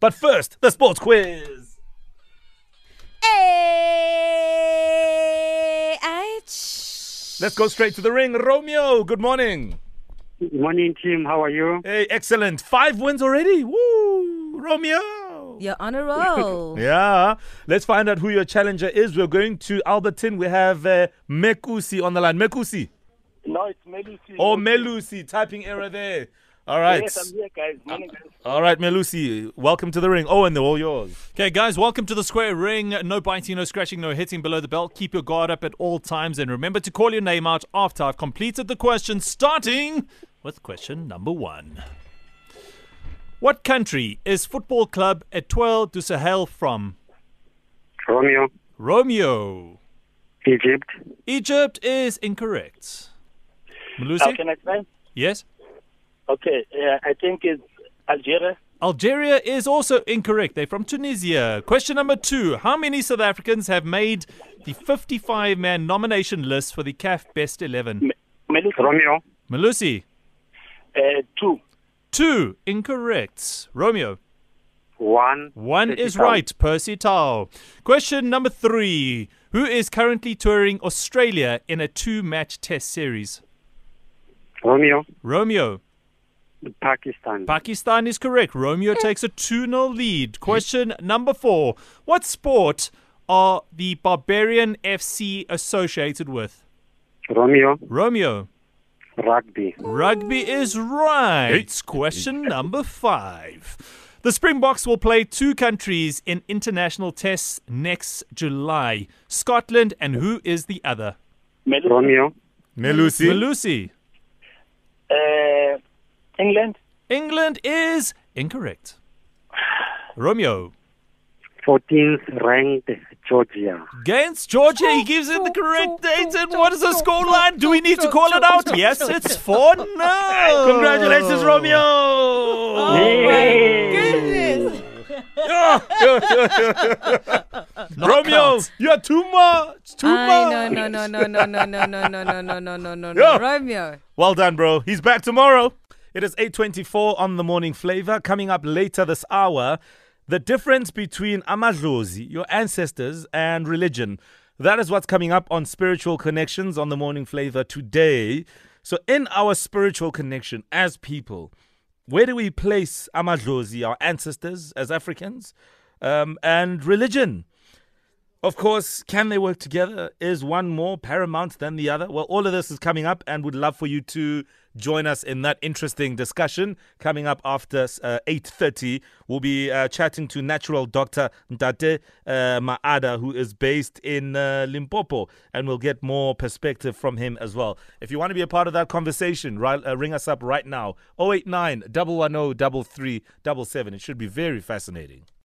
But first, the sports quiz. A-H. Let's go straight to the ring. Romeo, good morning. Morning, team. How are you? Hey, excellent. Five wins already. Woo, Romeo. You're on a roll. Yeah. Let's find out who your challenger is. We're going to Alberton. We have uh, Mekusi on the line. Mekusi. No, it's Melusi. Oh, Melusi. Typing error there. All right. Yes, I'm here, guys. Morning, guys. All right, Melusi. Welcome to the ring. Oh, and they're all yours. Okay, guys, welcome to the square ring. No biting, no scratching, no hitting below the belt. Keep your guard up at all times and remember to call your name out after I've completed the question, starting with question number one. What country is football club Etoile du Sahel from? Romeo, Romeo. Egypt, Egypt is incorrect. How Malusi? can I say? Yes? Okay, uh, I think it's Algeria. Algeria is also incorrect. They're from Tunisia. Question number two How many South Africans have made the 55 man nomination list for the CAF Best 11? Melusi, Romeo, Malusi, uh, two. two incorrect. Romeo, one. one Percy is Tau. right. Percy Tau. Question number three Who is currently touring Australia in a two match test series? Romeo, Romeo, Pakistan. Pakistan is correct. Romeo takes a 2 0 lead. Question number four What sport are the Barbarian FC associated with? Romeo, Romeo. rugby. Rugby is right. Question number five. The Springboks will play two countries in international tests next July Scotland and who is the other? Melusi, Romeo, Melusi. Malusi. uh, England, England is incorrect. Romeo. 14th ranked Georgia. Against Georgia, he gives it the correct date. And what is the scoreline? Do we need to call it out? Yes, it's 4 0. Congratulations, Oh, Romeo. my goodness. Romeo, you're too much. Too I much. no, no, no, no, no, no, no, no, no, no, no, no, no, no, Yeah. no. Romeo. Well done, bro. He's back tomorrow. It is 8.24 on the morning flavor. Coming up later this hour, the difference between amadlozi, your ancestors, and religion. That is what's coming up on Spiritual Connections on the morning flavor today. So in our spiritual connection as people, where do we place amadlozi, our ancestors as Africans, um, and religion? Of course, can they work together? Is one more paramount than the other? Well, all of this is coming up, and would love for you to join us in that interesting discussion coming up after uh, 8.30. We'll be uh, chatting to natural doctor Ndate uh, Maada, who is based in uh, Limpopo, and we'll get more perspective from him as well. If you want to be a part of that conversation, ri- uh, ring us Oh up right now, 089 110 It should be very fascinating.